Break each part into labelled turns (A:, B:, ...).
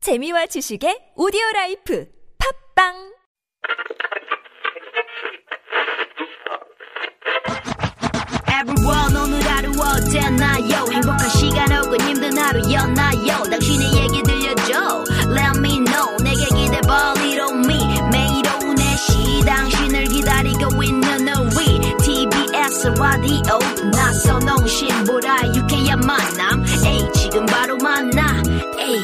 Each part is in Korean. A: 재미와 지식의 오디오 라이프 팝빵
B: Everyone 오늘 하루 어땠나요 행복한 시간 혹은 힘든 하루였나요 당신의 얘기 들려줘 Let me know 내게 기대봐 Little me 매일 오후 4시 당신을 기다리고 있는 우리 TBS 라디오 나선홍 신보라 유쾌한 만남 에이 지금 바로 만나 에이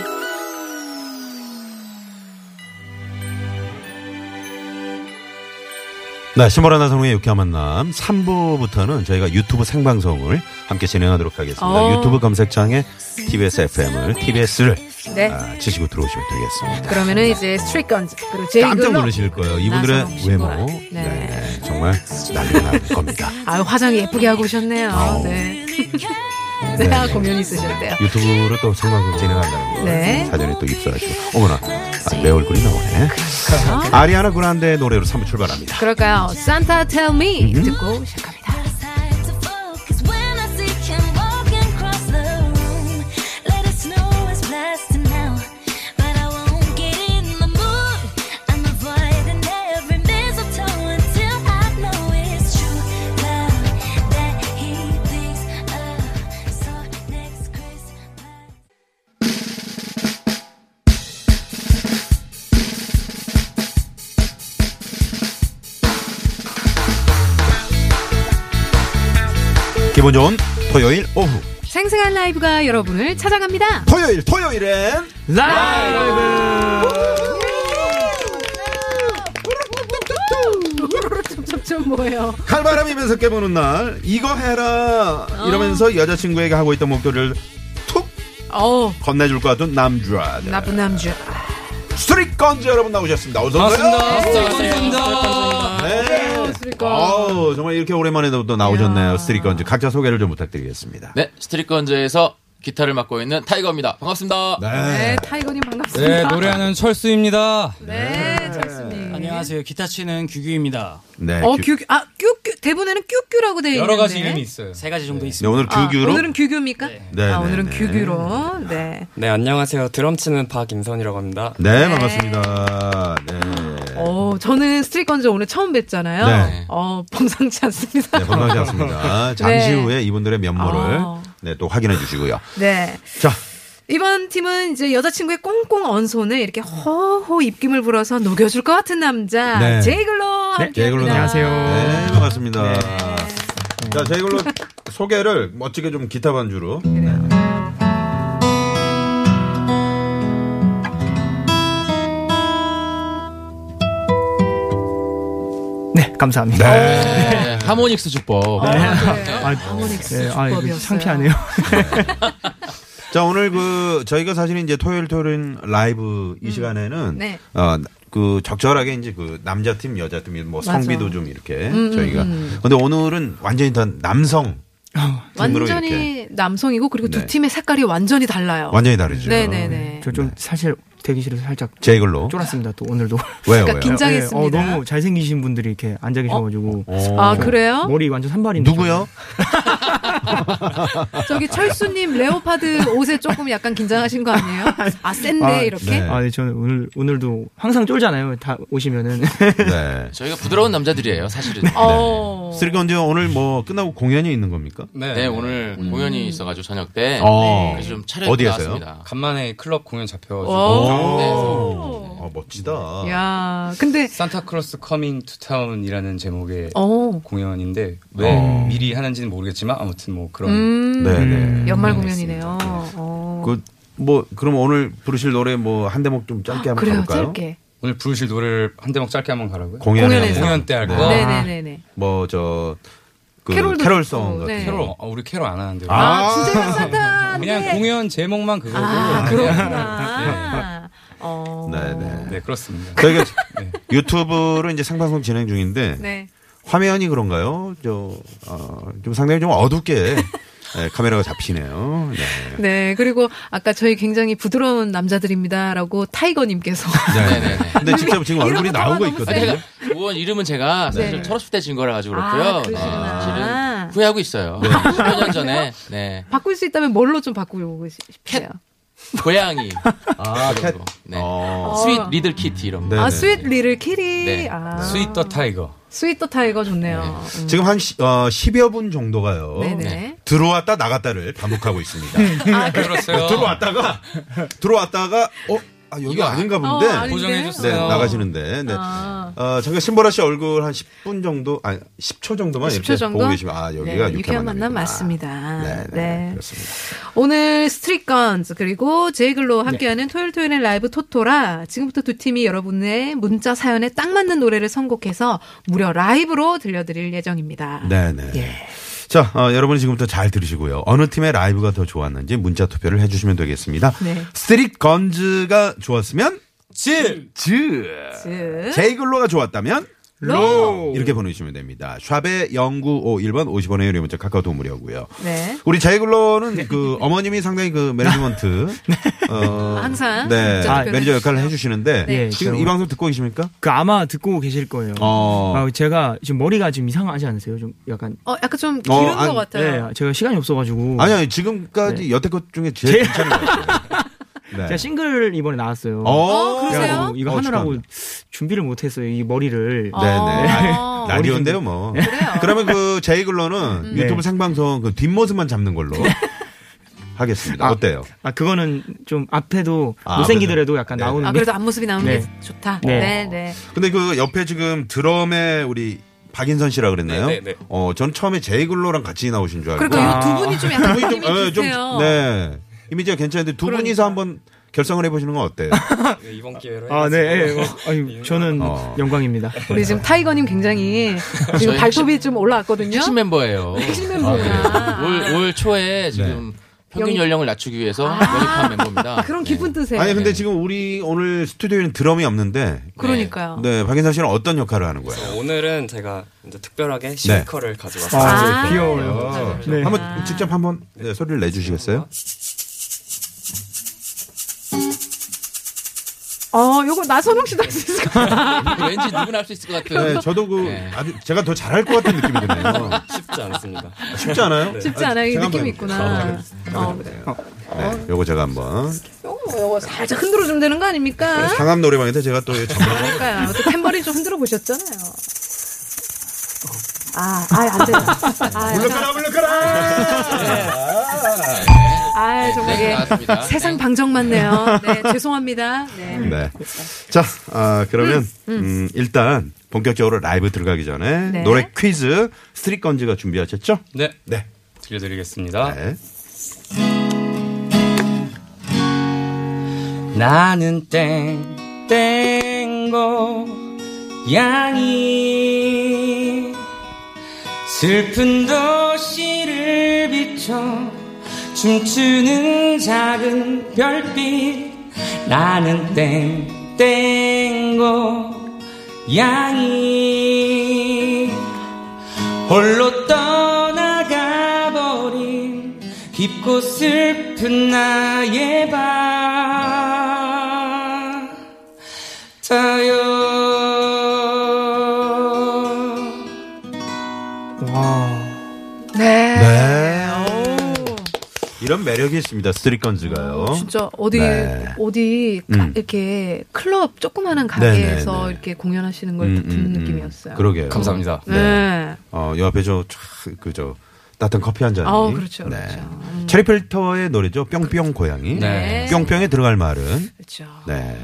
C: 네, 신보라나 성우의 유쾌한 만남 3부부터는 저희가 유튜브 생방송을 함께 진행하도록 하겠습니다.
D: 어.
C: 유튜브 검색창에 TBS FM을 TBS를 아,
D: 네.
C: 치시고 들어오시면 되겠습니다.
D: 그러면은 이제 스트릿 건즈 그리고 제이
C: 깜짝
D: 글로-
C: 놀라실 거예요. 이분들의
D: 네, 나선홍
C: 외모
D: 신보라.
C: 네.
D: 네.
C: 네, 정말 난리가 날 겁니다.
D: 아유 화장 예쁘게 하고 오셨네요. 네. 네,
C: 네.
D: 공연 있으셨대요.
C: 유튜브로 또 생방송 진행한다는 거
D: 네.
C: 사전에 또 입수하시고 어머나 아, 내 얼굴이 나오네.
D: 그렇죠.
C: 아리아나 그란데의 노래로 3부 출발합니다.
D: 그럴까요? 산타 텔 미 듣고 시작합니다.
C: 기분 좋은 토요일 오후
D: 생생한 라이브가 여러분을 찾아갑니다.
C: 토요일 토요일엔
D: 좀 뭐예요?
C: 칼바람이면서 깨보는 날 이거 해라 이러면서 여자친구에게 하고 있던 목도리를 툭
D: 어
C: 건네줄 것 같은 남주아
D: 나쁜 남주.
C: 스트릿 건즈 여러분 나오셨습니다
E: 네,
C: 어서 오세요
F: 반갑습니다. 반갑습니다.
C: 네. 어우, 정말 이렇게 오랜만에 또 나오셨네요 스트릿 건즈 각자 소개를 좀 부탁드리겠습니다
F: 네, 스트릿건즈에서 기타를 맡고 있는 타이거입니다. 반갑습니다.
D: 네 타이거님 반갑습니다.
E: 네, 노래하는 철수입니다.
D: 네 철수님.
E: 안녕하세요. 기타 치는 규규입니다.
C: 네,
D: 어
C: 규-
D: 규규 아 규규 대본에는 규규라고 돼 있는데
E: 여러 가지 이름이 있어요. 세 가지 정도
C: 네,
E: 있습니다.
C: 오늘
D: 아,
C: 규규로
D: 오늘은 규규입니까? 네.
C: 네,
D: 아
C: 네,
D: 오늘은
C: 네.
D: 규규로 네.
G: 네, 안녕하세요. 드럼 치는 박임선이라고 합니다.
C: 네 반갑습니다 네,
D: 어, 저는 스트릿 건즈 오늘 처음 뵙잖아요.
C: 네.
D: 어, 범상치 않습니다.
C: 네 건강하지 않습니다 잠시
D: 네.
C: 후에 이분들의 면모를
D: 아.
C: 네, 또 확인해 주시고요
D: 네.
C: 자
D: 이번 팀은 이제 여자친구의 꽁꽁 언손을 이렇게 허허 입김을 불어서 녹여줄 것 같은 남자.
C: 네.
D: 제이글로 함께.
C: 제이글로
D: 합니다.
C: 네, 반갑습니다. 자, 제이글로 소개를 멋지게 좀 기타 반주로.
H: 네, 감사합니다.
F: 네, 하모닉스 주법.
C: 네.
D: 아, 하모닉스
H: 네, 아, 이거
D: 주법이었어요.
H: 창피하네요.
C: 자, 오늘 그 저희가 사실은 이제 토요일 토요일 라이브 이 시간에는
D: 네.
C: 어, 그 적절하게 이제 그 남자팀, 여자팀 뭐
D: 맞아.
C: 성비도 좀 이렇게
D: 음,
C: 저희가. 근데 오늘은 완전히 다 남성 팀으로 이렇게
D: 어, 완전히 남성이고 그리고
C: 네.
D: 두 팀의 색깔이 완전히 달라요.
C: 완전히 다르죠.
D: 네네네.
H: 저 좀 사실 대기실에서 살짝
C: 제이글로
H: 쫄았습니다. 또 오늘도.
C: 왜요?
D: 그러니까
C: 왜요?
D: 긴- 긴장했습니다.
H: 네, 어, 너무 잘생기신 분들이 이렇게 앉아 계셔가지고
C: 어.
D: 아 그래요?
H: 머리 완전 산발인데.
C: 누구요?
D: 저기 철수님 레오파드 옷에 조금 약간 긴장하신 거 아니에요? 아 센데
H: 아,
D: 이렇게?
C: 네.
H: 아, 네, 저는 오늘 오늘도 항상 쫄잖아요. 다 오시면은.
C: 네.
F: 저희가 부드러운 남자들이에요, 사실은.
D: 어.
C: 쓰리건데 오늘 뭐 끝나고 공연이 있는 겁니까?
E: 네.
F: 네, 오늘 공연이 있어가지고 저녁 때.
C: 음. 어.
F: 그래서 좀 차려
C: 어디에서요?
F: 나왔습니다.
E: 간만에 클럽 공연 잡혀가지고
D: 오.
F: 네.
C: 오. 아, 멋지다.
D: 야, 근데
E: 산타클로스 커밍 투 타운이라는 제목의
D: 어,
E: 공연인데 왜 미리 하는지는 모르겠지만 아무튼 뭐
C: 네,
E: 그런
D: 음,
C: 네네.
D: 연말
E: 음,
D: 공연이네요. 어.
C: 그 뭐 그럼 오늘 부르실 노래 뭐 한 대목 좀 짧게 한번
D: 아, 그래요,
C: 가볼까요?
D: 짧게.
E: 오늘 부르실 노래를 한 대목 짧게 한번 가라고요?
C: 공연에
D: 공연에서.
E: 공연 때 할 거.
C: 네.
D: 네네네네.
C: 뭐저 그
D: 캐롤도
C: 캐롤송
D: 좋고,
C: 같은
D: 네.
C: 거.
E: 캐롤 어, 우리 캐롤 안 하는데
D: 아,
C: 아.
D: 주제가 산타.
E: 그냥 공연 제목만 네. 그거고
D: 아,
E: 네.
D: 그렇구나. 어.
C: 네네.
E: 네 그렇습니다
C: 저희가 유튜브로 이제 생방송 진행 중인데
D: 네.
C: 화면이 그런가요? 저좀 상당히 좀 어둡게 네, 카메라가 잡히네요. 네.
D: 네, 그리고 아까 저희 굉장히 부드러운 남자들입니다라고 타이거님께서.
F: 네네네.
C: 근데 직접 지금
D: 이런
C: 얼굴이
D: 거 너무
C: 나오고
F: 아, 제가
C: 있거든요.
F: 우원 이름은 제가 사실
D: 네.
F: 철없을 때 진 거라 가지고 그렇고요.
D: 아, 그러시구나.
C: 네.
F: 사실은 후회하고 있어요. 10년 전에. 네.
D: 바꿀 수 있다면 뭘로 좀 바꾸고 싶으세요?
F: 고양이.
E: 아,
F: 그런
E: 캣.
F: 거. 네.
C: 어.
F: 스윗 리들 키티 이런 거.
C: 네. 네네.
D: 아, 스윗 리를 키리.
F: 네.
D: 아.
E: 스윗 더 타이거.
D: 스윗 더 타이거 좋네요. 음.
C: 지금 한 시, 어, 10여 분 정도가요.
D: 네네. 음.
C: 들어왔다 나갔다를 반복하고 있습니다.
D: 아, 그렇죠.
E: 들었어요.
F: 네.
C: 들어왔다가 들어왔다가 어? 아, 여기
F: 이거 아-
C: 아닌가
D: 어,
C: 본데.
D: 아닌데?
C: 네,
E: 보정해줬어요.
C: 나가시는데. 네.
D: 아.
C: 어, 저희가 신보라 씨 얼굴 한 10분 정도, 아니, 10초 정도만
D: 10초
C: 이렇게
D: 정도?
C: 보고 계시면, 아, 여기가
D: 네,
C: 육
D: 유쾌한
C: 쾌
D: 만남 맞습니다.
C: 네, 네,
D: 네.
C: 그렇습니다.
D: 오늘 스트릿건즈 그리고 제이글로
C: 네.
D: 함께하는 토요일 토요일의 라이브 토토라 지금부터 두 팀이 여러분의 문자 사연에 딱 맞는 노래를 선곡해서 무려 라이브로 들려드릴 예정입니다.
C: 네네.
D: 예.
C: 자, 어, 여러분 지금부터 잘 들으시고요. 어느 팀의 라이브가 더 좋았는지 문자 투표를 해주시면 되겠습니다.
D: 네.
C: 스트릿 건즈가 좋았으면 즈, 즈.
D: 즉,
C: 제이글로가 좋았다면
D: 로.
C: 이렇게 보내주시면 됩니다. 샵의 0951번 50원의 유료 문자 카카오톡 무료고요.
D: 네.
C: 우리 제이글로는
H: 네.
C: 그 어머님이 상당히 그 매니지먼트 어,
D: 항상
C: 네
D: 직접
C: 아, 매니저
D: 표현해
C: 역할을
D: 주시죠.
C: 해주시는데
D: 네.
H: 예,
C: 지금
H: 저-
C: 이 방송 듣고 계십니까?
H: 그 아마 듣고 계실 거예요.
C: 어.
H: 아, 제가 지금 머리가 좀 이상하지 않으세요? 좀 약간
D: 어, 약간 좀
C: 어,
D: 기른
C: 안-
D: 것 같아요.
H: 예, 제가 시간이 없어가지고
C: 아니 아니 지금까지 여태껏 중에 제일
H: 제-
C: 괜찮은 것 같아요. 네.
H: 제가 싱글 이번에 나왔어요.
D: 어, 그러세요?
H: 그래가지고 이거
C: 어,
H: 하느라고
C: 축하합니다.
H: 준비를 못했어요. 이 머리를
D: 어.
C: 네네.
D: 아.
C: 라디오인데요 뭐.
D: 그래요?
C: 그러면 그 제이글로는 유튜브
H: 네.
C: 생방송 그 뒷모습만 잡는 걸로
D: 네.
C: 하겠습니다.
H: 아.
C: 어때요?
H: 아 그거는 좀 앞에도
C: 아,
H: 못생기더라도 약간
C: 네.
H: 나오는
D: 아, 그래도 앞모습이 나오는
H: 네.
D: 게 좋다.
H: 네.
D: 네, 네.
C: 근데 그 옆에 지금 드럼에 우리 박인선 씨라 그랬나요?
E: 네, 네, 네.
C: 어, 전 처음에 제이글로랑 같이 나오신 줄 알고. 아,
D: 그러니까 이 두 분이 좀 약간
C: 분이
D: 느낌이
C: 예, 좀,
D: 비슷해요.
C: 네. 이미지가 괜찮은데 두
D: 그러니까. 아,
C: 분이서 한번 결성을 해보시는 건 어때요?
E: 네, 이번 기회로.
H: 아, 네. 예,
E: 해가지고.
H: 어, 아니, 저는
C: 어.
H: 영광입니다.
D: 우리 지금 타이거님 굉장히 지금
F: 저희
D: 발톱이 좀 올라왔거든요.
F: 핵심 멤버예요.
D: 어?
F: 아,
D: 핵심 멤버구나.
F: 올, 올
E: 네.
F: 초에 지금 평균
D: 영입- 아.
F: 연령을 낮추기 위해서 영입한 멤버입니다.
D: 그런
F: 네.
D: 기쁜 뜻에.
C: 아니, 근데
F: 네.
C: 지금 우리 오늘 스튜디오에는 드럼이 없는데,
D: 그러니까요.
C: 네, 박인선 씨는 어떤 역할을 하는 거예요?
G: 오늘은 제가 이제 특별하게 실커를 가져왔어요.
D: 아,
H: 귀여워요. 네.
C: 한번 직접 한번 네, 소리를 내주시겠어요?
D: 어, 요거 나선홍 씨도 할 수 있을 것 같아.
F: 네. 왠지 누구나 할 수 있을 것 같은.
C: 네, 저도 그
F: 네.
C: 아주 제가 더 잘할 것 같은 느낌이 드네요.
G: 쉽지 않습니다.
C: 쉽지 않아요?
D: 네. 쉽지 않아요. 이
C: 제가 한번
D: 느낌이 있구나.
C: 해볼게요.
D: 어, 그래요.
C: 네, 요거 제가 한번
D: 요거, 요거 살짝 흔들어주면 되는 거 아닙니까?
C: 상암 노래방에서 제가 또
D: 아.
C: 전문
D: 그러니까요. 또 탬버린 좀 흔들어 보셨잖아요. 아, 아, 안 돼요. 아,
C: 물러가라 물러가라
D: 아, 정말
F: 네,
D: 이게
F: 나왔습니다.
D: 세상 방정 맞네요. 네, 죄송합니다. 네.
C: 네. 자, 아, 그러면 음, 일단 본격적으로 라이브 들어가기 전에
D: 네.
C: 노래 퀴즈 스트릿 건지가 준비하셨죠?
E: 네. 아.
C: 네.
E: 들려드리겠습니다.
C: 네.
E: 나는 땡, 땡고, 양이 슬픈 도시를 비춰 춤추는 작은 별빛 나는 땡, 땡고, 양이 홀로 떠나가 버린 깊고 슬픈 나의 밤 타요
H: 와.
D: 네.
C: 이런 매력이 있습니다. 스트릿 건지가요.
D: 진짜 어디
C: 네.
D: 어디 가-
C: 음.
D: 이렇게 클럽 조그마한 가게에서
C: 네, 네, 네.
D: 이렇게 공연하시는 걸
C: 음, 음,
D: 듣는
C: 음.
D: 느낌이었어요.
C: 그러게요.
E: 감사합니다.
D: 네.
C: 어, 요 앞에 저, 촤, 그, 저, 따뜻한 커피 한 잔이. 네.
D: 아우, 그렇죠, 그렇죠. 음.
C: 체리 필터의 노래죠. 뿅뿅 고양이.
D: 네.
C: 뿅뿅에 들어갈 말은.
D: 그렇죠.
C: 네.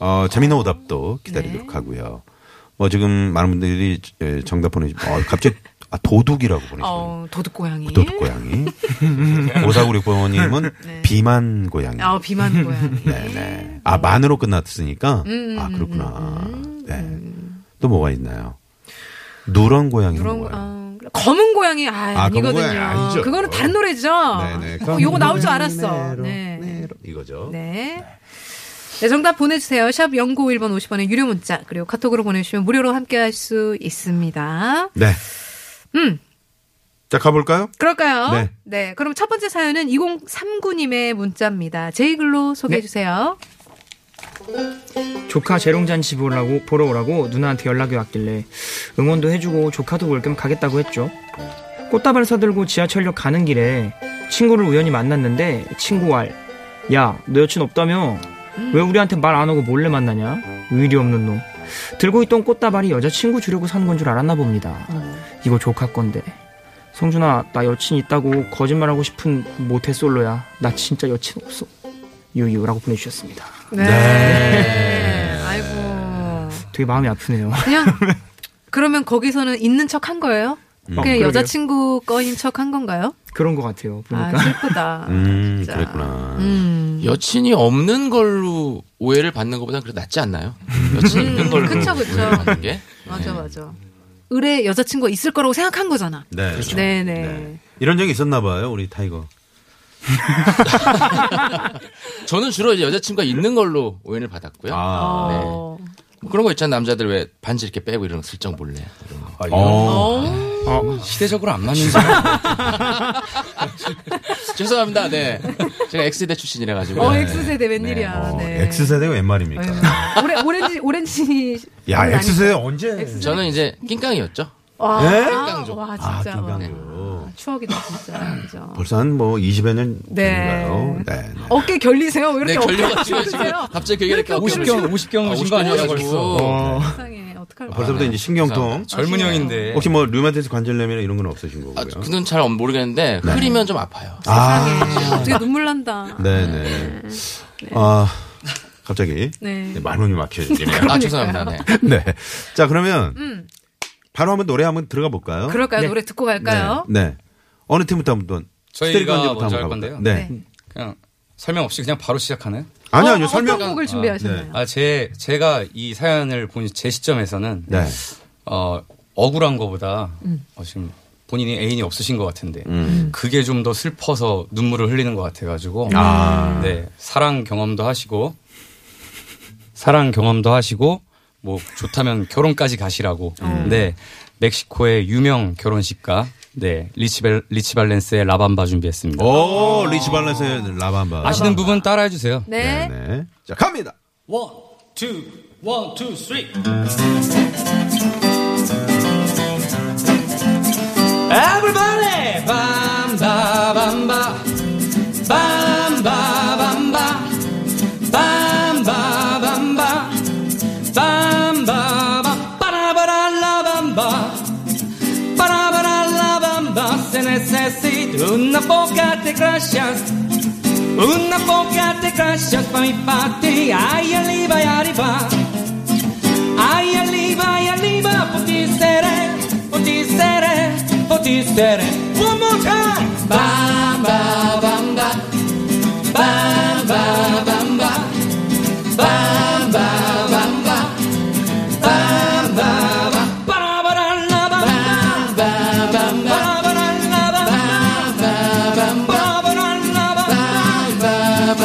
C: 어, 재미있는 오답도 기다리도록
D: 네.
C: 하고요. 뭐 지금 많은 분들이 예, 정답 보내주. 어, 갑자기 아, 도둑이라고 보내주네요.
D: 어, 도둑 고양이.
C: 도둑 고양이. 오사구육번님은
D: 네.
C: 비만 고양이.
D: 아, 비만 고양이.
C: 네네. 아 만으로 끝났으니까.
D: 음,
C: 아
D: 음,
C: 그렇구나. 네. 또 뭐가 있나요? 누런 고양이.
D: 그런 거, 아, 그래. 검은 고양이 아,
C: 아,
D: 아
C: 검은
D: 니거든요
C: 고양이 아니죠.
D: 그거는 다른 노래죠.
C: 네네.
D: 어, 요거 나올 줄 알았어. 네. 네.
C: 이거죠.
D: 네. 정답 보내주세요. 샵 0951번 50원의 유료 문자, 그리고 카톡으로 보내주시면 무료로 함께 할 수 있습니다.
C: 네.
D: 음.
C: 자 가볼까요?
D: 그럴까요?
C: 네.
D: 네. 그럼 첫 번째 사연은 2039님의 문자입니다. 제이글로 소개해주세요.
H: 조카 재롱잔치 보라고 보러 오라고 누나한테 연락이 왔길래 응원도 해주고 조카도 볼 겸 가겠다고 했죠. 꽃다발 사들고 지하철역 가는 길에 친구를 우연히 만났는데 친구 알 야, 너 여친 없다며? 왜 우리한테 말 안 하고 몰래 만나냐? 의리 없는 놈. 들고 있던 꽃다발이 여자친구 주려고 산 건 줄 알았나 봅니다. 이거 조카 건데. 성준아, 나 여친 있다고 거짓말하고 싶은 모태솔로야. 나 진짜 여친 없어. 유유라고 보내주셨습니다.
D: 네.
C: 네.
D: 아이고.
H: 되게 마음이 아프네요.
D: 그냥 그러면 거기서는 있는 척 한 거예요?
C: 어,
D: 그냥
C: 음.
H: 그러게요.
D: 여자친구 거인 척 한 건가요?
H: 그런 것 같아요. 보니까.
D: 아 슬프다.
C: 음,
D: 진짜.
C: 그랬구나.
D: 음.
F: 여친이 없는 걸로 오해를 받는 것보다 그래도 낫지 않나요? 여친이 있는
C: 음.
D: 음,
F: 걸로
D: 그쵸, 그쵸.
F: 오해를 받는 게.
D: 맞아 맞아. 의뢰 여자친구가 있을 거라고 생각한 거잖아.
C: 네.
E: 그렇죠.
D: 네네.
C: 이런 적이 있었나 봐요, 우리 타이거.
F: 저는 주로 이제 여자친구가 있는 걸로 오해를 받았고요.
C: 아.
D: 어.
F: 뭐 그런 거 있잖아요. 남자들 왜 반지 이렇게 빼고 이런 거 슬쩍 몰래. 이런 거.
E: 아, 이거
C: 어.
D: 어.
E: 시대적으로 안 맞는 사람.
F: 죄송합니다. 네. 제가 X대 출신이라 가지고.
D: 어 X세대 웬일이야.
C: 네. 어,
D: 네.
C: X세대가 웬 말입니까?
D: 아유, 오레, 오렌지 오렌지.
C: 야, X세대 언제?
F: 저는 이제 낑깡이었죠.
D: 와,
C: 예?
D: 아, 와
C: 아,
D: 진짜. 와.
C: 김강규.
D: 추억이다 진짜. 그죠.
C: 벌써 한 뭐 20여 년
D: 네.
C: 전인가요? 네. 네.
D: 어깨 결리세요? 왜
F: 네,
D: 이렇게 어깨
F: 결려가지고 지금
D: 결리세요?
F: 갑자기 그 얘기를
E: 50경, 50경 오신 거 아니야, 벌써.
H: 어.
D: 세상에 어떡할 거야.
C: 아, 벌써부터 이제 신경통.
E: 아, 감사합니다. 네. 젊은 형인데.
C: 혹시 뭐 류마티스 관절염이나 이런 건 없으신 거고요.
I: 어.
F: 아, 그건 잘 모르겠는데
I: 네.
F: 흐리면 좀 아파요.
D: 세상에. 어떻게 눈물 난다.
C: 네네. 아, 갑자기.
D: 네.
C: 네, 말문이 막혀지네요.
F: 아, 죄송합니다. 네.
C: 네. 자, 그러면. 바로 한번 노래 한번 들어가 볼까요?
D: 음. 그럴까요? 노래 듣고 갈까요?
C: 네. 어느 팀부터 한번.
E: 저희가
C: 스테리오 관절부터
E: 먼저
C: 한번
E: 할
C: 가볼까요?
E: 건데요.
C: 네.
E: 그냥 설명 없이 그냥 바로 시작하나요?
C: 아니요,
D: 어,
C: 아니요. 네. 설명.
D: 어떤 곡을 준비하셨나요?
E: 아, 제, 제가 이 사연을 본 제 시점에서는
C: 네.
E: 어, 억울한 거보다
C: 음.
E: 어, 지금 본인이 애인이 없으신 것 같은데 그게 좀 더 슬퍼서 눈물을 흘리는 것 같아가지고 네 사랑 경험도 하시고 사랑 경험도 하시고 뭐 좋다면 결혼까지 가시라고 네 멕시코의 유명 결혼식가 네 리치벨 리치발렌스의 라밤바
C: 어.
E: 준비했습니다
C: 오, 리치 발란스의 라밤바.
E: 아시는 부분 따라해 주세요
D: 네.
C: 네. 자, 갑니다.
E: 원, 투, 원, 투, 쓰리. 에브리바디 밤바밤바 밤바밤바 밤바밤바 밤바밤 빠라바랄라밤바 빠라바랄라밤바 se necesita una boca de gracias una boca de gracias para mi parte, ay arriba y arriba, ay arriba y arriba, por ti seré, por ti seré, por ti seré. One more time, bam bam bam bam, bam bam bam bam, bam bam bam bam, bam bam bam, para para la bam bam bam bam, para para la bam bam bam, para para la bam bam.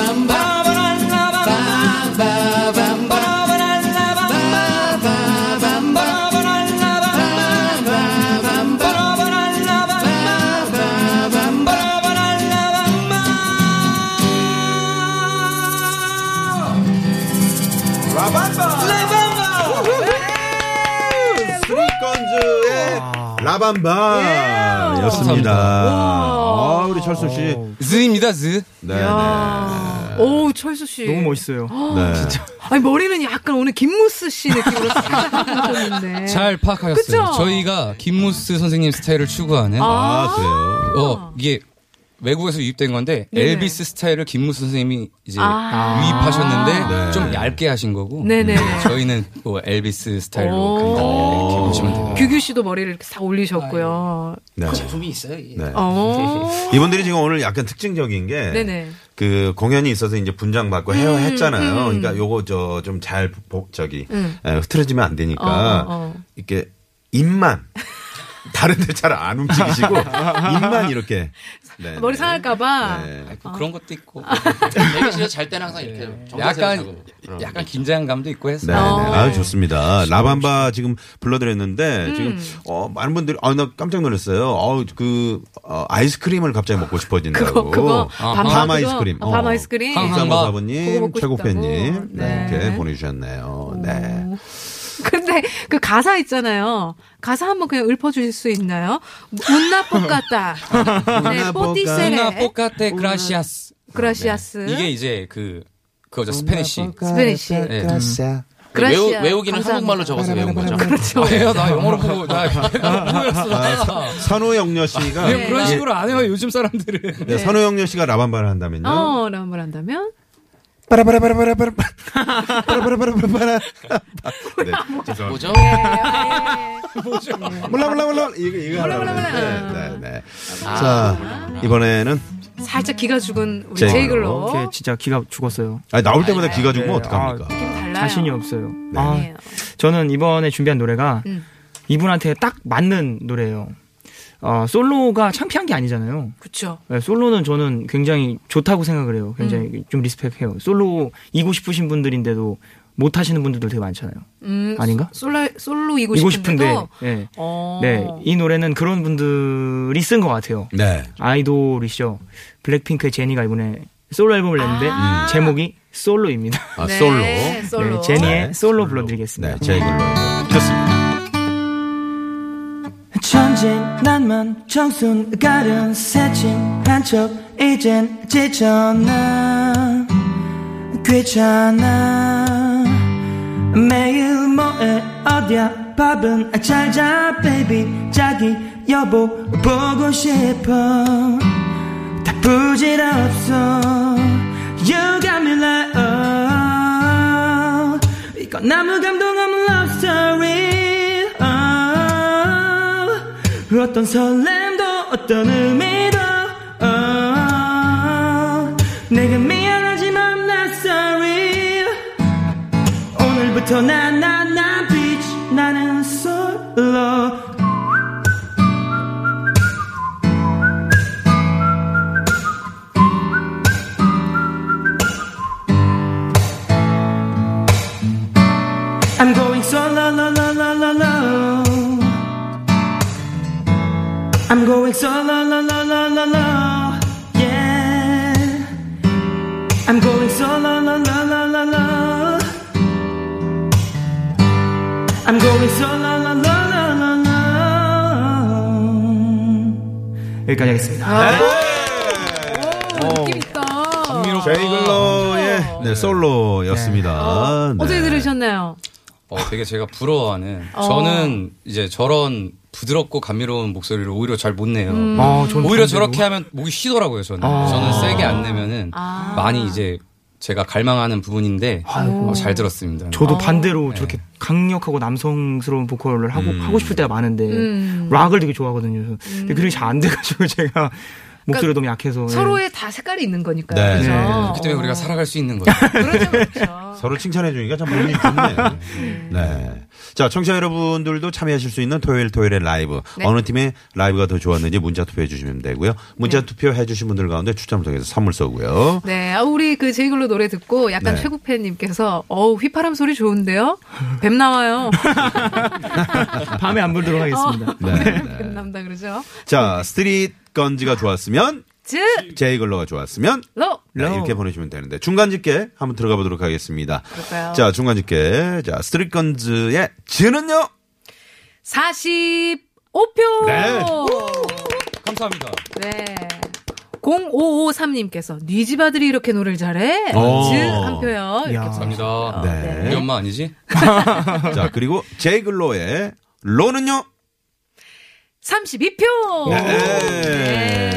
C: 스리건즈의
D: 예.
C: 라밤바 였습니다. 아, 우리 철수 씨.
E: 즈입니다, 즈.
C: 네.
D: 야. 아, 오, 철수 씨.
H: 너무 멋있어요.
C: 네.
D: 아니, 머리는 약간 오늘 김무스 씨 느낌으로 살짝 하셨는데.
E: 잘 파악하셨어요.
D: 그쵸?
E: 저희가 김무스 선생님 스타일을 추구하는
C: 아, 그래요.
E: 어 이게 외국에서 유입된 건데
D: 네네.
E: 엘비스 스타일을 김무수 선생님이 이제
D: 아.
E: 유입하셨는데
C: 네.
E: 좀 얇게 하신 거고
D: 네네.
E: 저희는 뭐 엘비스 스타일로
D: 오.
E: 간단하게 이렇게 보시면 돼요.
D: 규규 씨도 머리를 이렇게 싹 올리셨고요.
C: 네.
G: 품이 있어요. 이게.
C: 네.
D: 어.
C: 이분들이 지금 오늘 약간 특징적인 게
D: 네네.
C: 그 공연이 있어서 이제 분장 받고 헤어 했잖아요. 그러니까 요거 저 좀 잘 저기
D: 음.
C: 에, 흐트러지면 안 되니까
D: 어, 어, 어.
C: 이렇게 입만 다른데 잘 안 움직이시고 입만 이렇게 네,
D: 머리
C: 네.
D: 상할까봐.
C: 네.
E: 아이고, 뭐 그런 것도 있고
F: 대기실에 잘 때는 항상
I: 네.
F: 이렇게
E: 약간
F: 정자세요.
E: 약간 긴장감도 있고 해서
C: 네, 네.
D: 어.
C: 아유 좋습니다.
D: 네.
C: 라밤바 지금 불러드렸는데
D: 음.
C: 지금 어, 많은 분들이 아나 깜짝 놀랐어요. 어그 어, 아이스크림을 갑자기 먹고 싶어진다고.
D: 그거, 그거. 밤,
C: 밤
D: 그거.
C: 아이스크림. 어.
D: 아, 밤 아이스크림.
E: 항상바.
D: 그거
C: 사모사부님
D: 먹고
C: 최고팬님
D: 싶다고. 네.
C: 이렇게 보내주셨네요. 네.
D: 근데 그 가사 있잖아요. 가사 한번 그냥 읊어주실 수 있나요? 운나 뽀같다. 네,
C: 뽀까.
D: 뽀띠세레.
E: 누나 포카테 그라시아스
D: 그라시아스.
E: 네.
I: 이게 이제 그 그거죠 스페니쉬.
D: 스페니쉬.
I: 네.
D: 그라시아.
F: 외우, 외우기는
D: 감사합니다.
F: 한국말로 적어서 외운 거죠.
D: 그렇죠.
I: 아,
F: 네.
I: 해요. 나 영어로 보고 나 뭐였어.
C: 선호영녀 씨가
D: 아. 네,
I: 그런
D: 나-
I: 식으로 안 해요 요즘 사람들은.
C: 네, 선호영녀 씨가 라반바를 한다면요.
D: 어, 라는 말 한다면
C: 빠라바라바라바라바라 빠라바라바라바라 네, 죄송합니다.
F: 뭐죠?
C: 몰라 몰라 몰라 이거 이거
D: 몰라, 몰라, 아,
C: 하려고
D: 몰라.
C: 그랬는데. 네, 네. 자 이번에는
D: 살짝 기가 죽은 우리
C: 제이글로.
D: 제이글로.
H: 이렇게 진짜 기가 죽었어요.
C: 아 나올 때마다 기가 죽으면
D: 네.
C: 어떡합니까?
D: 느낌 달라요.
H: 자신이 없어요.
C: 네.
H: 아,
D: 아니에요.
H: 저는 이번에 준비한 노래가
D: 음.
H: 이분한테 딱 맞는 노래예요. 어, 솔로가 창피한 게 아니잖아요.
D: 그쵸.
H: 네, 솔로는 저는 굉장히 좋다고 생각을 해요. 굉장히
D: 음.
H: 좀 리스펙해요. 솔로이고 싶으신 분들인데도 못 하시는 분들도 되게 많잖아요.
D: 음,
H: 아닌가?
D: 솔로 솔로이고
H: 이고
D: 싶은데도.
H: 싶은데, 네.
D: 어.
H: 네, 이 노래는 그런 분들이 쓴 것 같아요.
C: 네.
H: 아이돌이시죠. 블랙핑크의 제니가 이번에 솔로 앨범을 냈는데
D: 아.
C: 음.
H: 제목이 솔로입니다.
C: 아,
D: 네,
C: 솔로.
D: 솔로.
H: 네, 제니의
C: 네,
H: 솔로
C: 네,
H: 불러드리겠습니다.
C: 제이글로. 좋습니다.
H: 천진 난만 청순 가련 새침 한척 이젠 지쳤나 귀찮아 매일 뭐해 어디야 밥은 잘자 baby 자기 여보 보고 싶어 다 부질없어 You got me like oh 이건 아무 감동 없는 love story oh 어떤 설렘도 어떤 의미도 oh 내가 미안하지만 not sorry 오늘부터 난난난 빛 나는 솔로 I'm going solo, lo, lo, lo, lo, lo. I'm going solo, lo, lo, lo, lo, lo. Yeah. I'm going solo, lo, lo, lo, lo, lo. I'm going solo, lo, lo, lo, lo, lo. 여기까지 하겠습니다.
D: 오, 느낌 있다.
C: 제이글로의 아, 네, 솔로였습니다. 네.
D: 어떻게 들으셨나요?
I: 어, 되게 제가 부러워하는.
D: 어.
I: 저는 이제 저런 부드럽고 감미로운 목소리를 오히려 잘 못 내요.
D: 음.
H: 아, 저는
I: 오히려
H: 반대로.
I: 저렇게 하면 목이 쉬더라고요, 저는.
H: 아.
I: 저는 세게 안 내면은
D: 아.
I: 많이 이제 제가 갈망하는 부분인데 어, 잘 들었습니다.
H: 저도
C: 아, 네.
H: 반대로 저렇게 강력하고 남성스러운 보컬을 하고
C: 음.
H: 하고 싶을 때가 많은데
D: 음.
H: 락을 되게 좋아하거든요. 그래서 근데 그게 잘 안 돼가지고 제가 목소리가 너무 약해서 예.
D: 그러니까 서로의 다 색깔이 있는 거니까요.
C: 네.
D: 그죠?
C: 네.
I: 그렇기 때문에 우리가 살아갈 수 있는 거죠.
D: 그렇죠, 그렇죠.
C: 서로 칭찬해 주니까 참 마음이 좋네요. 네. 자, 청취자 여러분들도 참여하실 수 있는 토요일 토요일의 라이브.
D: 네.
C: 어느 팀의 라이브가 더 좋았는지 문자 투표해 주시면 되고요. 문자 투표해 주신 분들 가운데 추첨을 통해서 선물 쏘고요.
D: 네, 아, 우리 그 제이글로 노래 듣고 약간
C: 네.
D: 최국팬님께서 어우 휘파람 소리 좋은데요? 뱀 나와요.
H: 아, 밤에 안
D: 어.
H: 불도록 하겠습니다.
C: 네.
D: 뱀 남다 그러죠.
C: 자, 스트릿 건지가 좋았으면
D: 즈로
C: 제이글러가 좋았으면 네, 이렇게 보내주면 되는데 중간 집계 한번 들어가 보도록 하겠습니다.
D: 그럴까요?
C: 자, 중간 집계. 자, 스트릿 건즈의 지는요.
D: 45표.
C: 네.
I: 감사합니다.
C: 아.
D: 네. 0553님께서 네 집 아들이 이렇게 노래를 잘해?
C: 오.
D: 즉한 표요. 이렇게 보내주셨어요.
H: 이야.
I: 감사합니다.
C: 네.
I: 우리 엄마 아니지?
C: 자, 그리고 제이글러의 로는요.
D: 32표.
C: 네.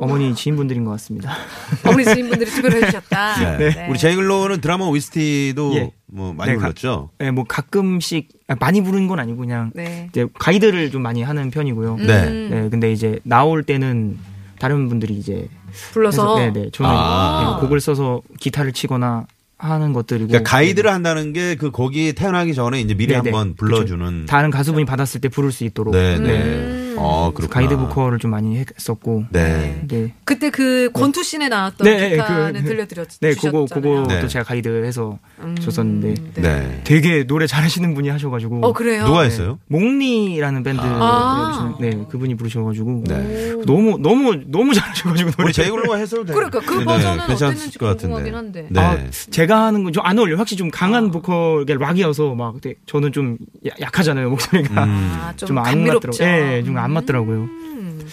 H: 어머니 지인분들인 것 같습니다.
D: 어머니 지인분들이 투표를 해주셨다.
C: 네. 우리 제이글로는 드라마 OST도
H: 예.
C: 뭐 많이
H: 네, 가-
C: 불렀죠.
H: 예, 뭐 가끔씩 아, 많이 부르는 건 아니고 그냥
D: 네.
H: 이제 가이드를 좀 많이 하는 편이고요.
C: 네.
D: 음,
H: 네, 근데 이제 나올 때는 다른 분들이 이제
D: 불러서
H: 해서- 네, 네, 저는
C: 아.
H: 예, 곡을 써서 기타를 치거나 하는 것들이고
C: 그러니까 가이드를 한다는 게 그 거기 태어나기 전에 이제 미리
H: 네, 네.
C: 한번 불러주는.
H: 다른 가수분이 받았을 때 부를 수 있도록
C: 네, 네.
D: 음.
C: 어, 그렇구나.
H: 가이드 보컬을 좀 많이 했었고
C: 네.
H: 네.
D: 그때 그 권투 씬에 나왔던
H: 네,
D: 기타는
H: 그-
D: 들려드렸죠.
H: 네, 그거 그것도
C: 네.
H: 제가 가이드 해서
D: 음.
H: 줬었는데
C: 네.
H: 되게 노래 잘하시는 분이 하셔가지고
D: 어 그래요.
C: 누가 했어요?
H: 몽니라는 밴드
D: 아.
H: 부르시는- 네 그분이 부르셔가지고
C: 네.
H: 너무 너무 너무 잘하셔가지고 노래
C: 우리 제이글로가 했어도 돼.
D: 그러니까 그 버전은 어땠는지 궁금하긴 한데.
C: 네.
H: 아, 제가 하는 건 좀 안 어울려 요 확실히 좀
D: 아.
H: 강한 보컬 이게 락이어서 막 되게 저는 좀 야- 약하잖아요 목소리가
C: 음.
D: 아, 좀
H: 좀 안 예,
D: 감미롭죠.
H: 맞더라고요. 예, 좀 안 맞더라고요.
D: 음,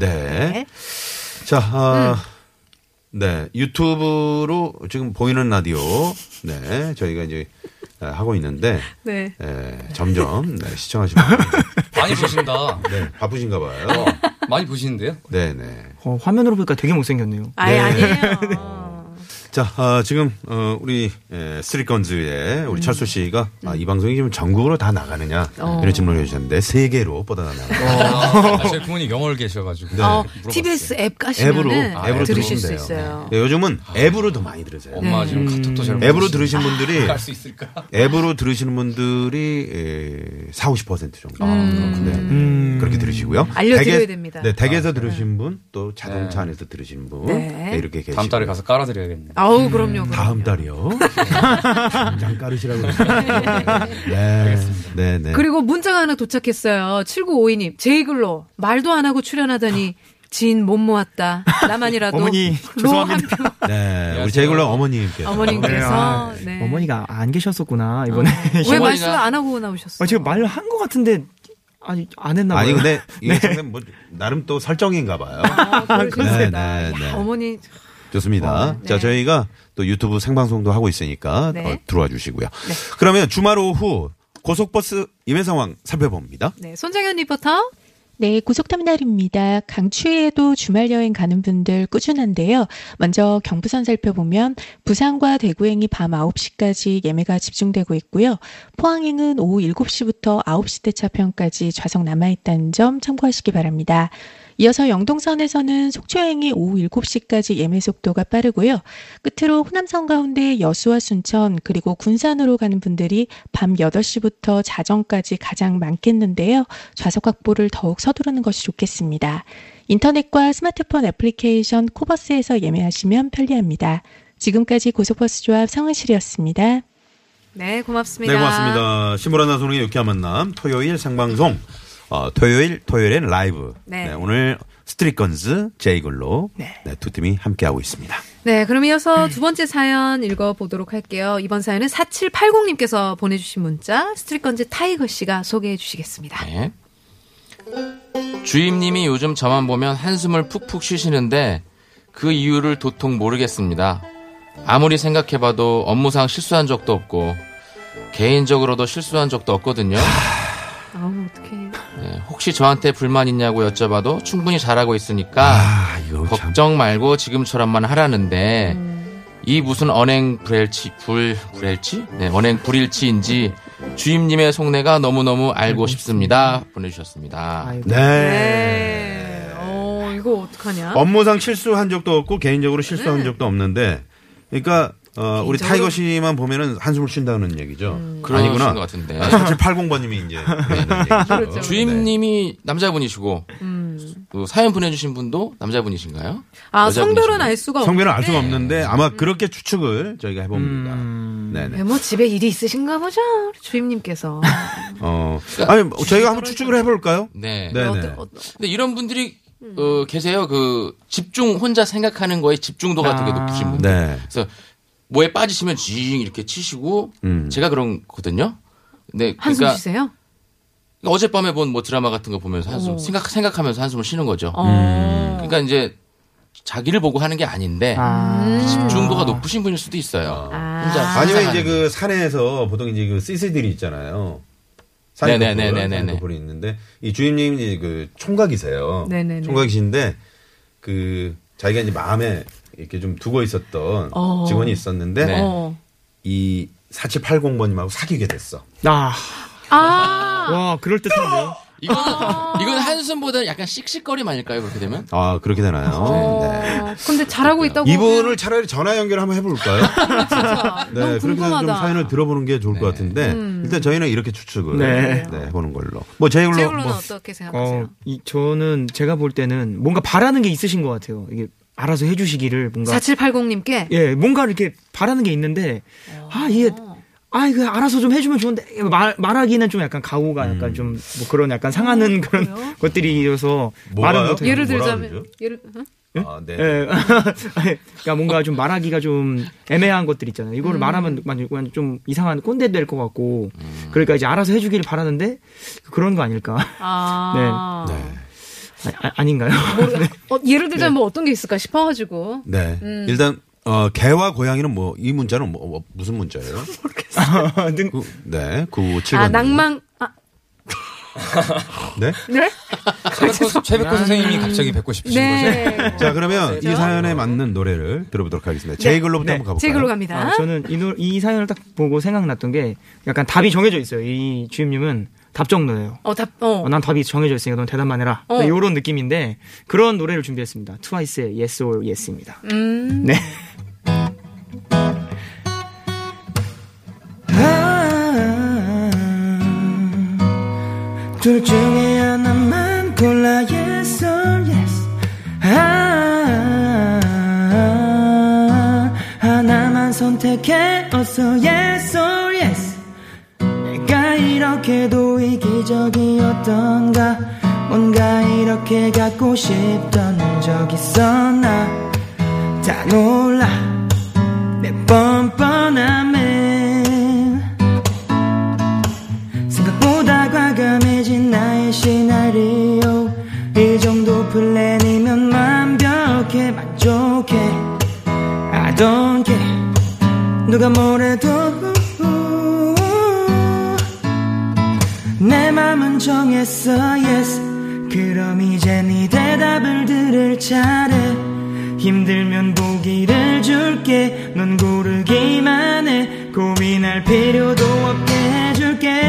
C: 네. 자, 아, 네 유튜브로 지금 보이는 라디오, 네 저희가 이제 아, 하고 있는데
D: 네.
C: 예, 점점 네, 시청하시면 됩니다.
I: 많이 보신다.
C: 네, 바쁘신가 봐요.
I: 많이 보시는데요?
C: 네, 네.
H: 어, 화면으로 보니까 되게 못생겼네요.
D: 아예 아니에요.
C: 자, 아, 지금 어, 우리 에, 스트릿건즈의
D: 음.
C: 우리 철수 씨가 아, 이 방송이 지금 전국으로 다 나가느냐
D: 어.
C: 이런 질문을 해주셨는데 세 개로 뻗어나가요. 네.
I: 아, 저희 부모님 영월 계셔가지고.
D: 어,
I: 물어봤어요.
D: TBS 앱 가시면
C: 앱으로 아, 앱으로
D: 네, 들으실
C: 들으면
D: 수
C: 돼요.
D: 있어요. 네.
C: 네, 요즘은 앱으로 더 많이 들으세요.
I: 엄마 지금 카톡도 잘못
C: 네. 음. 앱으로 들으신 분들이
I: 갈수 있을까?
C: 앱으로 들으시는 예, 분들이 에, 40, 50% 정도. 네. 그렇게 들으시고요.
D: 음. 알려드려야
C: 댁에-
D: 됩니다.
C: 네, 댁에서 들으신 분, 또 자동차 안에서 들으신 분,
D: 네.
C: 네, 이렇게 계시고.
I: 다음 달에 가서 깔아드려야겠네.
D: 아우 그럼요. 그럼요.
C: 다음 달이요. 당장 깔으시라고. 그러시네요. 네. 네, 네.
D: 그리고 문자가 하나 도착했어요. 7952님 제이글로 말도 안 하고 출연하다니 지인 못 모았다. 나만이라도
H: 어머니,
D: 로 한
H: 죄송합니다.
D: 표.
C: 네, 우리 제이글러 어머님께서.
D: 어머님께서 네.
H: 어머니가 안 계셨었구나 이번에.
D: 왜
F: 어머니가-
D: 말씀 안 하고 나오셨어요?
H: 아, 제가 말을 한 것 같은데 아니 안 했나 봐요.
C: 아니, 근데 이게 상당히 뭐, 나름 또 설정인가 봐요.
D: 아, 그러셨습니다.
C: 네, 네, 네.
D: 야, 어머니
C: 좋습니다.
D: 네.
C: 어, 자, 저희가 또 유튜브 생방송도 하고 있으니까
D: 네.
C: 어, 들어와 주시고요. 그러면 주말 오후 고속버스 임해 상황 살펴봅니다.
D: 네, 손정현 리포터.
J: 네, 고속터미널입니다. 강추위에도 주말 여행 가는 분들 꾸준한데요. 먼저 경부선 살펴보면 부산과 대구행이 밤 9시까지 예매가 집중되고 있고요. 포항행은 오후 7시부터 9시 대차편까지 좌석 남아있다는 점 참고하시기 바랍니다. 이어서 영동선에서는 속초행이 오후 7시까지 예매 속도가 빠르고요. 끝으로 호남선 가운데 여수와 순천 그리고 군산으로 가는 분들이 밤 8시부터 자정까지 가장 많겠는데요. 좌석 확보를 더욱 서두르는 것이 좋겠습니다. 인터넷과 스마트폰 애플리케이션 코버스에서 예매하시면 편리합니다. 지금까지 고속버스 조합 상황실이었습니다.
D: 네, 고맙습니다.
C: 네, 고맙습니다. 신보라 나소롱의 유쾌한 만남 토요일 생방송 어, 토요일 토요일엔 라이브.
D: 네.
C: 오늘 스트릿건즈 제이글로 네, 두 팀이 함께 하고 있습니다.
D: 네, 그럼 이어서 두 번째 사연 읽어보도록 할게요. 이번 사연은 4780님께서 보내주신 문자, 스트릿건즈 타이거 씨가 소개해 주시겠습니다.
F: 네. 주임님이 요즘 저만 보면 한숨을 푹푹 쉬시는데 그 이유를 도통 모르겠습니다. 아무리 생각해봐도 업무상 실수한 적도 없고 개인적으로도 실수한 적도 없거든요.
D: 아우, 어떡해.
F: 네, 혹시 저한테 불만 있냐고 여쭤봐도 충분히 잘하고 있으니까
C: 아, 이거 참.
F: 걱정 말고 지금처럼만 하라는데 이 무슨 언행 불일치 불 불일치 네, 언행 불일치인지 주임님의 속내가 너무너무
C: 음.
F: 알고 싶습니다 보내주셨습니다.
H: 아이고.
C: 네.
D: 네. 어, 이거 어떡하냐?
C: 업무상 실수한 적도 없고 개인적으로 실수한 적도 없는데 그러니까 어, 우리
D: 개인적으로-
C: 타이거 씨만 보면은 한숨을 쉰다는 얘기죠.
F: 그러신
C: 아니구나.
F: 것 같은데. 네.
C: 4780번님이 이제 음. 그렇죠, 그런 얘기죠. 네.
F: 주임님이 남자분이시고
D: 음.
F: 또 사연 보내주신 분도 남자분이신가요?
D: 아,
F: 여자분이신가요?
D: 성별은 알 수가
C: 네.
D: 없
C: 성별은 알 수가 없는데 아마 그렇게 추측을 저희가 해봅니다.
F: 음.
D: 네,
H: 음.
C: 네네.
D: 뭐 집에 일이 있으신가 보죠, 우리 주임님께서.
C: 어
F: 그러니까
C: 아니 뭐 저희가 한번 추측을 해볼까요?
F: 네.
C: 네네.
D: 어때- 어-
F: 근데 이런 분들이 어, 계세요. 그 집중 혼자 생각하는 거에 집중도가 되게 높으신 분들.
C: 네.
F: 그래서 뭐에 빠지시면 쥐잉 이렇게 치시고
C: 음.
F: 제가 그런 거든요. 네,
D: 한숨
F: 그러니까
D: 쉬세요?
F: 어젯밤에 본 뭐 드라마 같은 거 보면서 한숨
D: 오.
F: 생각 생각하면서 한숨을 쉬는 거죠.
D: 어.
F: 그러니까 이제 자기를 보고 하는 게 아닌데
H: 아,
F: 집중도가 높으신 분일 수도 있어요.
D: 아.
F: 혼자
C: 아니면
F: 상상하는
C: 이제
F: 거.
C: 그 산에서 보통 이제 그 CC들이 있잖아요.
F: 네네네네네네.
C: 산에도불이 있는데 이 주임님이 이제 그 총각이세요.
D: 네네네.
C: 총각이신데 그 자기가 이제 마음에 이렇게 좀 두고 있었던
D: 어.
C: 직원이 있었는데
F: 네.
D: 어.
C: 이 4780번님하고 사귀게 됐어.
H: 아,
D: 아,
H: 와 그럴 듯한데요.
F: 이건 이건 한숨보다 약간 씩씩거림 아닐까요? 그렇게 되면?
C: 아 그렇게 되나요?
D: 어. 그 근데 잘하고 있다고.
C: 네. 이분을 차라리 전화 연결 한번 해볼까요? 네,
D: 보면 너무
C: 그렇게 해서
D: 궁금하다. 음.
C: 좀 사연을 들어보는 게 좋을 것 같은데 일단 저희는 이렇게 추측을
H: 네.
C: 네. 해보는 걸로. 뭐 제일로
D: 제이글로는
C: 뭐
D: 어떻게 생각하세요?
H: 어, 이 저는 제가 볼 때는 뭔가 바라는 게 있으신 것 같아요. 이게 알아서 해주시기를 뭔가
D: 4780님께
H: 예, 뭔가 이렇게 바라는 게 있는데, 아, 이게, 아, 이거 알아서 좀 해주면 좋은데, 이거 말, 말하기는 좀 약간 가오가
C: 음.
H: 약간 좀, 뭐 그런 약간 상하는 그런 것들이어서 말을
C: 뭐가요?
H: 못해요.
D: 예를
C: 뭐라
D: 들자면
C: 그러죠?
D: 예를 응?
C: 아, 네.
H: 예. 그러니까 뭔가 좀 말하기가 좀 애매한 것들 있잖아요. 이거를 말하면 만- 만좀 이상한 꼰대 될 것 같고, 그러니까 이제 알아서 해주기를 바라는데, 그런 거 아닐까.
D: 아.
C: 네.
H: 아, 닌가요
D: 어, 예를 들자면 뭐 어떤 게 있을까 싶어가지고.
C: 네.
D: 음.
C: 일단 어 개와 고양이는 뭐 이 문자는 뭐, 뭐- 무슨 문자예요?
H: 능-
C: 구- 네. 957번.
D: 아, 낭만, 아,
C: 네.
D: 네?
E: 최백호,
F: 아.
E: 최백호 선생님이 갑자기 뵙고 싶으신 거죠?
D: 네.
C: 자, 그러면 이 사연에 맞는 노래를 들어보도록 하겠습니다. 제이글로부터
H: 네.
C: 한번 가볼까요?
D: 제글로 갑니다.
H: 아, 저는 이, 노, 이 사연을 딱 보고 생각났던 게 약간 답이 정해져 있어요. 이 주임님은 답정너예요.
D: 어, 답, 어.
H: 어, 난 답이 정해져 있으니까 넌 대답만 해라.
D: 어.
H: 이런 느낌인데 그런 노래를 준비했습니다. 트와이스의 Yes or Yes입니다.
D: 음.
H: 네. 아, 둘 중에 하나만 골라 yes or yes 아, 하나만 선택해 어서 yes or yes 내가 이렇게도 이기적이었던가 뭔가 이렇게 갖고 싶던 적 있었나 다 놀라 내 뻔뻔함에 생각보다 과감해진 나의 시나리오 이 정도 플랜이면 완벽해 만족해 I don't care 누가 뭐래도 내 맘은 정했어 yes 그럼 이제 네 대답을 들을 차례 힘들면 보기를 줄게 넌 고르기만 해 고민할 필요도 없게 해줄게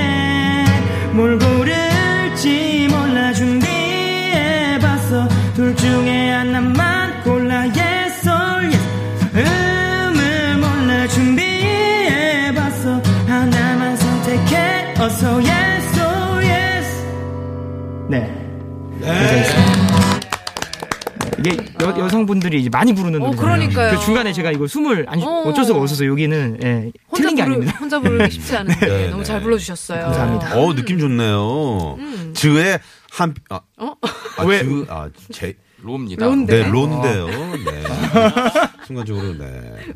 H: 뭘 고를지 몰라 준비해봤어 둘 중에 하나만 골라 yes or yes 음을 몰라 준비해봤어 하나만 선택해 어서 yes or yes 네 이게 여, 여성분들이 이제 많이 부르는
D: 어,
H: 노래예요.
D: 그러니까요.
H: 중간에 제가 이거 숨을 안 쉬,
D: 어.
H: 어쩔 수가 없어서 여기는 예,
D: 혼자
H: 틀린 게
D: 부르,
H: 아닙니다.
D: 혼자 부르기 쉽지 않은데
C: 네,
D: 너무
C: 네.
D: 잘 불러주셨어요.
H: 감사합니다.
C: 어, 느낌 좋네요. 즈의 한 아,
D: 음. 어?
C: 아,
H: 왜?
C: 즈, 아, 제
F: 로입니다.
D: 로인데.
C: 네,
D: 네.
C: 론데요. 네. 순간적으로 네.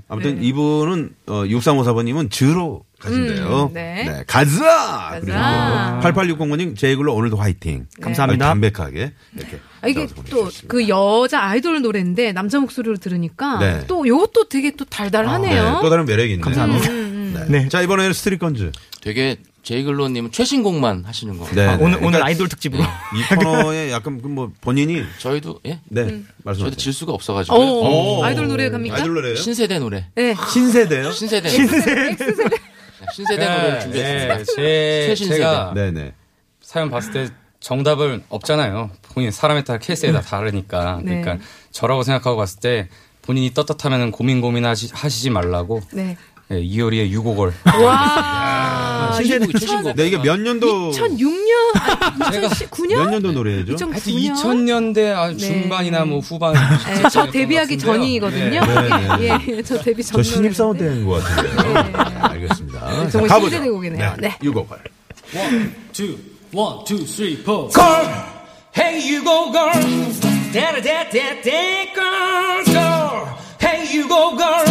C: 아무튼 이분은 어 6354번님은 즈로 가신대요.
D: 음, 네.
C: 가자. 그리고
D: 가자.
C: 8860번님 제이글로 오늘도 화이팅.
H: 감사합니다.
C: 아주 담백하게 이렇게.
D: 아, 이게
C: 적어서
D: 또
C: 보내주셨습니다.
D: 그 여자 아이돌 노래인데 남자 목소리로 들으니까
C: 네.
D: 또 요것도 되게 또 달달하네요. 음,
C: 네, 또 다른 매력이 있네요.
H: 감사합니다.
C: 네.
H: 네.
C: 자, 이번에는 스트릿 건즈.
F: 되게 제이글로님은 최신곡만 하시는 거.
C: 네.
H: 아, 오늘
C: 네.
H: 오늘 아이돌 특집으로
C: 이 코너에 약간 그뭐 본인이
F: 저희도 예,
C: 네.
F: 저희도
C: 말씀하세요.
F: 질 수가
D: 어,
F: 없어가지고
D: 어,
C: 네. 오.
D: 아이돌 노래 갑니까?
C: 아이돌 노래요?
F: 신세대 노래,
D: 네.
C: 신세대요?
F: 신세대 신세대 노래를
E: 네,
F: 준비했습니다.
E: 네, 제,
F: 최신세대.
E: 제가
C: 네, 네.
E: 사연 봤을 때 정답은 없잖아요. 본인 사람에 따라 케이스에 다 다르니까.
D: 네.
E: 그러니까 저라고 생각하고 봤을 때 본인이 떳떳하면 고민 고민 하시, 하시지 말라고
D: 네.
E: 예, 이효리의 유곡을
F: 아,
D: 와.
F: 신세대 최신곡.
C: 네, 이게 몇 년도
D: 2006년? 아,
C: 몇
D: 2019년?
C: 년도 노래죠?
D: 2009년?
E: 2000년대
F: 네.
E: 아, 중반이나 뭐 후반 진짜
D: 네, 저
E: 그랬던
D: 데뷔하기
E: 것 같은데요.
D: 전이거든요.
C: 네, 네.
D: 예, 예, 저 데뷔 전.
C: 저 신입사원
D: 노래인데.
C: 때인 것 같은데요.
D: 네.
C: 네, 알겠습니다.
D: 정말
C: 가보죠.
D: 신세대 곡이네요. 네.
C: 유고걸.
K: two, one, two,
C: 네.
K: three, four. Girl, hey you go, girl. Da da da da da, girl, girl. Hey you go, girl.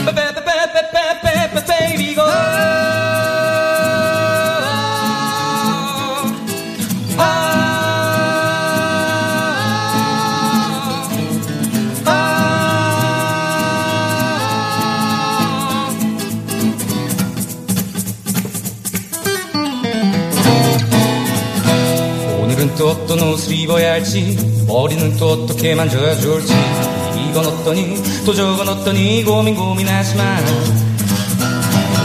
K: Ba ba ba ba ba ba ba ba, baby go. Oh. Oh.
E: 오늘은 또 어떤 옷을 입어야 할지 머리는 또 어떻게 만져야 좋을지 이건 어떠니 또 저건 어떠니 고민 고민하지만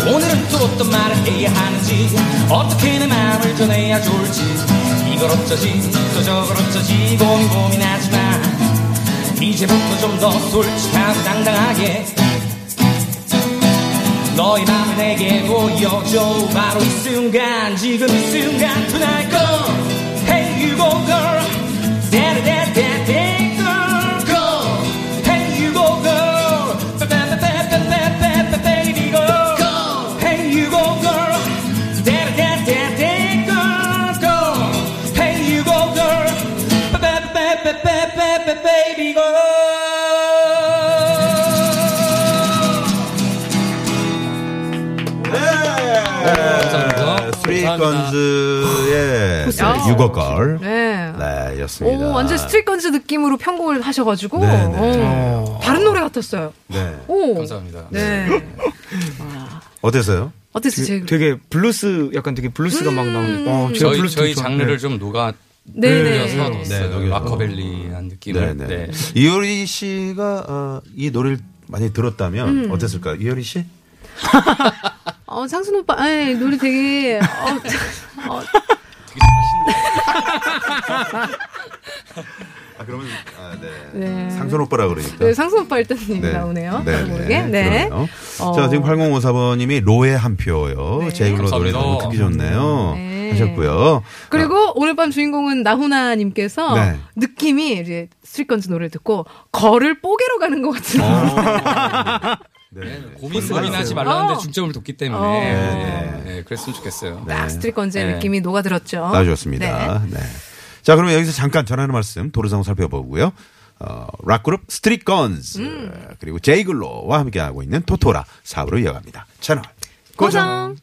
E: 오늘은 또 어떤 말을 해야 하는지 어떻게 내 마음을 전해야 좋을지 이걸 어쩌지 또 저걸 어쩌지 고민 고민하지만 이제부터 좀 더 솔직하고 당당하게 너의 맘을 내게 보여줘 바로 이 순간 지금 이 순간 Tonight go Hey you go girl 데레데데데 girl go Hey you go girl 빠빠빠빠빠빠빠 baby go go Hey you go girl 데레데데데 girl go Hey you go girl 빠빠빠빠빠빠빠 baby go
C: 네. 스트릿 건즈의
D: 야.
C: 아. 유고걸.
D: 네. 맞아요.
C: 네,
D: 오,
C: 였습니다.
D: 완전 스트릿건즈 느낌으로 편곡을 하셔가지고
C: 네, 네.
D: 어, 다른 노래 같았어요.
C: 네.
D: 오,
F: 감사합니다.
D: 네.
C: 어땠어요?
D: 어땠어요?
H: 그 되게,
D: 제일?
H: 되게 블루스 약간 되게 블루스가 막 나오는. 어, 제가
F: 네. 저희
H: 블루스
F: 저희
H: 되게 좋아하는데. 네.
F: 장르를 좀 녹아
D: 네네.
F: 녹여서
C: 네,
F: 넣었어요.
C: 녹여서.
F: 마커벨리한
C: 네,
F: 느낌을.
C: 네.
F: 네.
C: 이효리 씨가 어, 이 노래를 많이
D: 음.
C: 들었다면 어땠을까요? 이효리 씨?
D: 어, 상순 오빠, 예, 노래 되게, 어, 어,
C: 아, 그러면 아, 네.
D: 네.
C: 상선 오빠라 그러니까.
D: 네, 상순 오빠 일단 얘기 나오네요. 네, 모르게. 네.
C: 그러네요.
D: 어.
C: 자, 지금 8054번님이 로의 한 표요.
D: 네.
C: 제이글로 노래
F: 감사합니다.
C: 너무 듣기 좋네요.
D: 네.
C: 하셨고요.
D: 그리고 오늘 밤 주인공은 나훈아님께서
C: 네.
D: 느낌이 이제 스트릿건즈 노래를 듣고 걸을 뽀개로 가는 것 같은.
C: 네.
F: 고민
C: 얼마나 어려워요.
F: 고민하지 말라는데
D: 어.
F: 중점을 뒀기 때문에
D: 어.
F: 네. 네, 그랬으면 좋겠어요.
D: 딱 스트릿건즈의
F: 네.
D: 느낌이 녹아들었죠.
C: 나주셨습니다. 네. 자, 그러면 여기서 잠깐 전하는 말씀 도로상 살펴보고요. 어, 락그룹 스트릿건즈
D: 음.
C: 그리고 제이글로와 함께하고 있는 토토라 사부로 이어갑니다. 채널
D: 고정.